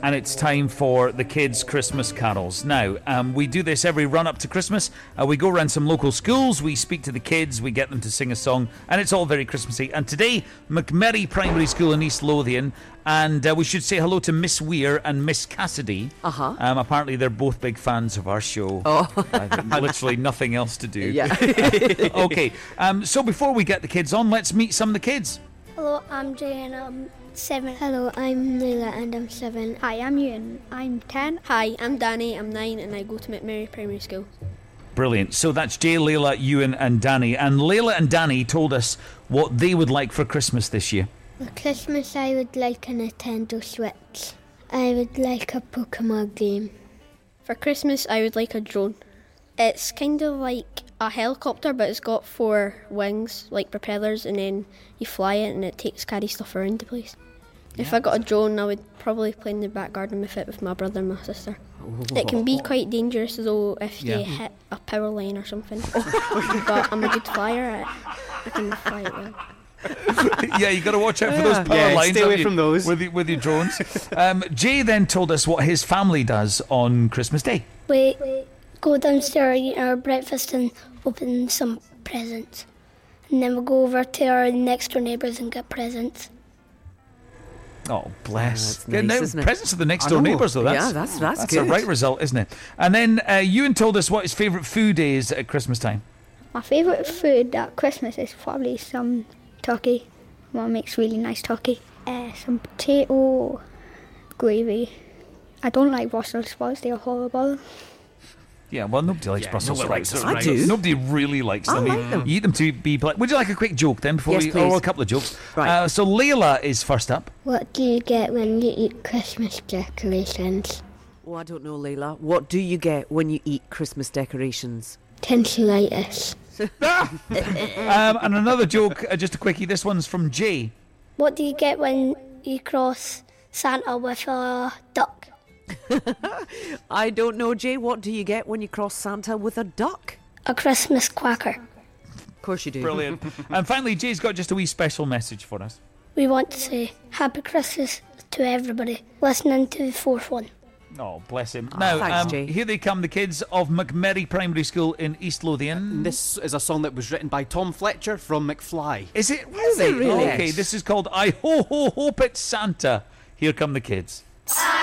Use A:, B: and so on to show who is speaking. A: and it's time for the kids' Christmas carols. Now, um, we do this every run up to Christmas. Uh, we go around some local schools, we speak to the kids, we get them to sing a song, and it's all very Christmassy. And today, McMurray Primary School in East Lothian, and uh, we should say hello to Miss Weir and Miss Cassidy.
B: Uh-huh.
A: Um, apparently, they're both big fans of our show.
B: Oh.
A: I've literally nothing else to do.
B: Yeah.
A: okay, um, so before we get the kids on, let's meet some of the kids.
C: Hello, I'm Jay and I'm seven. Hello, I'm Leila and I'm seven. Hi, I'm Ewan. I'm ten.
D: Hi, I'm Danny, I'm nine and I go to McMurray Primary School.
A: Brilliant. So that's Jay, Leila, Ewan, and Danny. And Leila and Danny told us what they would like for Christmas this year.
C: For Christmas, I would like a Nintendo Switch. I would like a Pokemon game.
D: For Christmas, I would like a drone. It's kind of like a helicopter, but it's got four wings, like propellers, and then you fly it and it takes carry stuff around the place. If I got a drone, I would probably play in the back garden with it with my brother and my sister. It can be quite dangerous though if you
A: Yeah.
D: hit a power line or something. but I'm a good flyer. I, I can fly it well.
A: yeah, you got to watch out for those
E: Yeah.
A: power
E: Yeah,
A: lines.
E: stay
A: haven't
E: away
A: you,
E: from those.
A: with your, with your drones. um, Jay then told us what his family does on Christmas Day.
C: We go downstairs, eat our breakfast, and open some presents. And then we'll go over to our next door neighbours and get presents.
A: Oh, bless.
E: Yeah, that's nice,
A: now,
E: isn't it?
A: presents of the next
E: I
A: door
E: know.
A: neighbours, though.
E: Yeah,
A: That's,
E: that's- that's
A: a
E: good.
A: right result, isn't it? And then uh, Ewan told us what his favourite food is at Christmas time.
C: My favourite food at Christmas is probably some turkey. Mum makes really nice turkey. Uh, some potato gravy. I don't like Brussels sprouts, they are horrible.
A: Yeah, well, nobody likes
F: Yeah,
A: Brussels
F: nobody likes
A: sprouts.
E: them, I right? do.
A: Nobody really likes
E: I
A: them.
E: like them.
A: You eat them to be polite. Would you like a quick joke then before
E: Yes,
A: we?
E: please.
A: Or a couple of jokes.
E: Right.
A: Uh, so Leila is first up.
C: What do you get when you eat Christmas decorations?
E: Oh, I don't know, Leila. What do you get when you eat Christmas decorations?
C: Tonsillitis.
A: Um, and another joke, uh, just a quickie. This one's from Jay.
C: What do you get when you cross Santa with a duck?
E: I don't know, Jay. What do you get when you cross Santa with a duck?
C: A Christmas quacker.
E: Of course you do.
A: Brilliant. and finally, Jay's got just a wee special message for us.
C: We want to say Happy Christmas to everybody listening to the fourth one.
A: Oh, bless him. now,
E: thanks,
A: um,
E: Jay.
A: here they come, the kids of McMurray Primary School in East Lothian.
F: This is a song that was written by Tom Fletcher from McFly.
A: Is it
E: it really?
A: Okay, this is called I Ho Ho Hope It's Santa. Here come the kids.
G: I